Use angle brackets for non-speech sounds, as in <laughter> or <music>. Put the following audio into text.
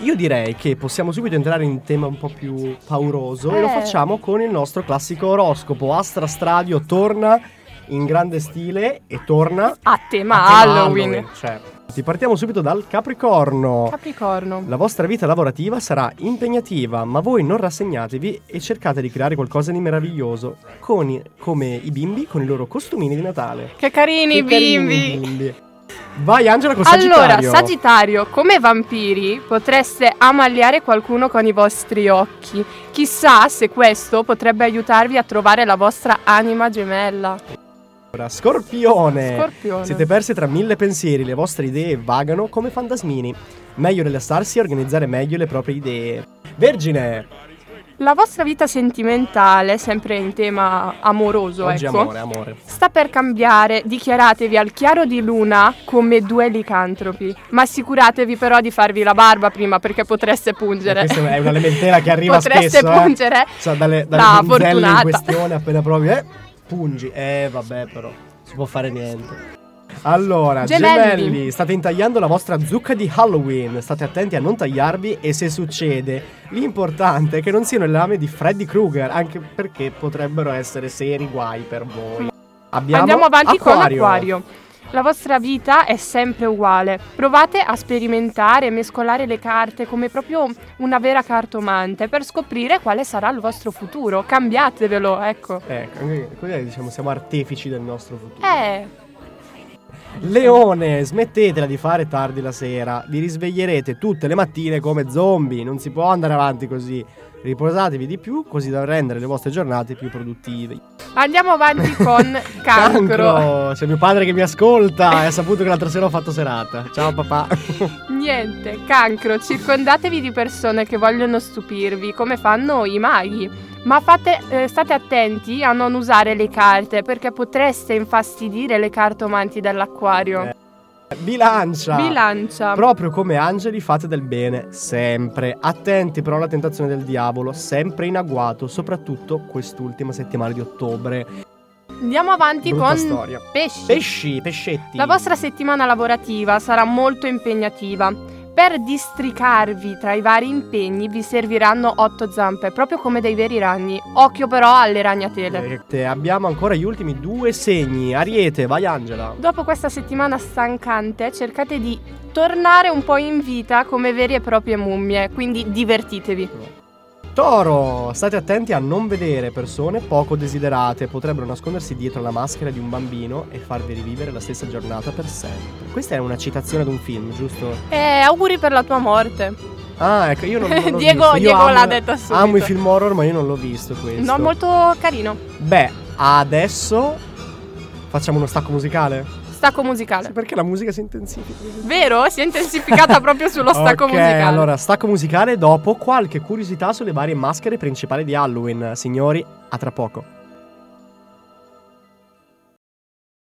io direi che possiamo subito entrare in un tema un po' più pauroso e lo Eh. facciamo con il nostro classico oroscopo. Astra Stradio torna in grande stile e torna A tema a tema Halloween. Cioè, sì, partiamo subito dal Capricorno. Capricorno. La vostra vita lavorativa sarà impegnativa, ma voi non rassegnatevi e cercate di creare qualcosa di meraviglioso, con i- come i bimbi con i loro costumini di Natale. Che carini i Che carini bimbi. i bimbi. Vai Angela con Allora, Sagittario. Sagittario, come vampiri potreste amagliare qualcuno con i vostri occhi. Chissà se questo potrebbe aiutarvi a trovare la vostra anima gemella. Allora, Scorpione. Scorpione. Siete persi tra mille pensieri, le vostre idee vagano come fantasmini. Meglio rilassarsi e organizzare meglio le proprie idee. Vergine, Ecco. La vostra vita sentimentale, sempre in tema amoroso, oggi ecco. amore, amore. Sta per cambiare, dichiaratevi al chiaro di luna come due licantropi, ma assicuratevi però di farvi la barba prima perché potreste pungere. Questa è una lamentela che arriva potreste spesso, eh. pungere. Cioè, dalle, La dalle punzelle in fortunata. questione appena provi, eh, pungi. Eh, vabbè, però, si può fare niente. Allora, Gemelli. gemelli. state intagliando la vostra zucca di Halloween. State attenti a non tagliarvi e se succede, l'importante è che non siano le lame di Freddy Krueger, anche perché potrebbero essere seri guai per voi. Abbiamo Andiamo avanti Acquario. con l'acquario. La vostra vita è sempre uguale. Provate a sperimentare, mescolare le carte come proprio una vera cartomante per scoprire quale sarà il vostro futuro. Cambiatevelo, ecco. Ecco, anche- così diciamo siamo artefici del nostro futuro. Eh, Leone, smettetela di fare tardi la sera. Vi risveglierete tutte le mattine come zombie. Non si può andare avanti così. Riposatevi di più, così da rendere le vostre giornate più produttive. andiamo avanti <laughs> con cancro. C'è mio padre che mi ascolta e ha saputo che l'altra sera ho fatto serata. Ciao papà. Niente, cancro, circondatevi di persone che vogliono stupirvi, come fanno i maghi. Ma fate- eh, state attenti a non usare le carte, perché potreste infastidire le cartomanti dell'acquario. Eh, Bilancia. Bilancia. Proprio come angeli fate del bene, sempre. Attenti però alla tentazione del diavolo, sempre in agguato, soprattutto quest'ultima settimana di ottobre. Andiamo avanti Brutta con storia. pesci. Pesci, pescetti. La vostra settimana lavorativa sarà molto impegnativa. Per districarvi tra i vari impegni vi serviranno otto zampe, proprio come dei veri ragni. Occhio però alle ragnatele. Eh, Abbiamo ancora gli ultimi due segni. Ariete, vai Angela. Dopo questa settimana stancante cercate di tornare un po' in vita come veri e proprie mummie, quindi divertitevi. Toro, state attenti a non vedere persone poco desiderate, potrebbero nascondersi dietro la maschera di un bambino e farvi rivivere la stessa giornata per sempre. Questa è una citazione ad un film, giusto? E auguri per la tua morte. Ah, ecco, io non, non l'ho <laughs> Diego, visto. Io Diego amo- l'ha detta subito. Amo i film horror, ma io non l'ho visto questo. No, molto carino. Beh, adesso facciamo uno stacco musicale. Stacco musicale. Perché la musica si intensifica. Vero? Si è intensificata proprio <laughs> sullo stacco ok, musicale. allora, stacco musicale dopo qualche curiosità sulle varie maschere principali di Halloween. Signori, a tra poco.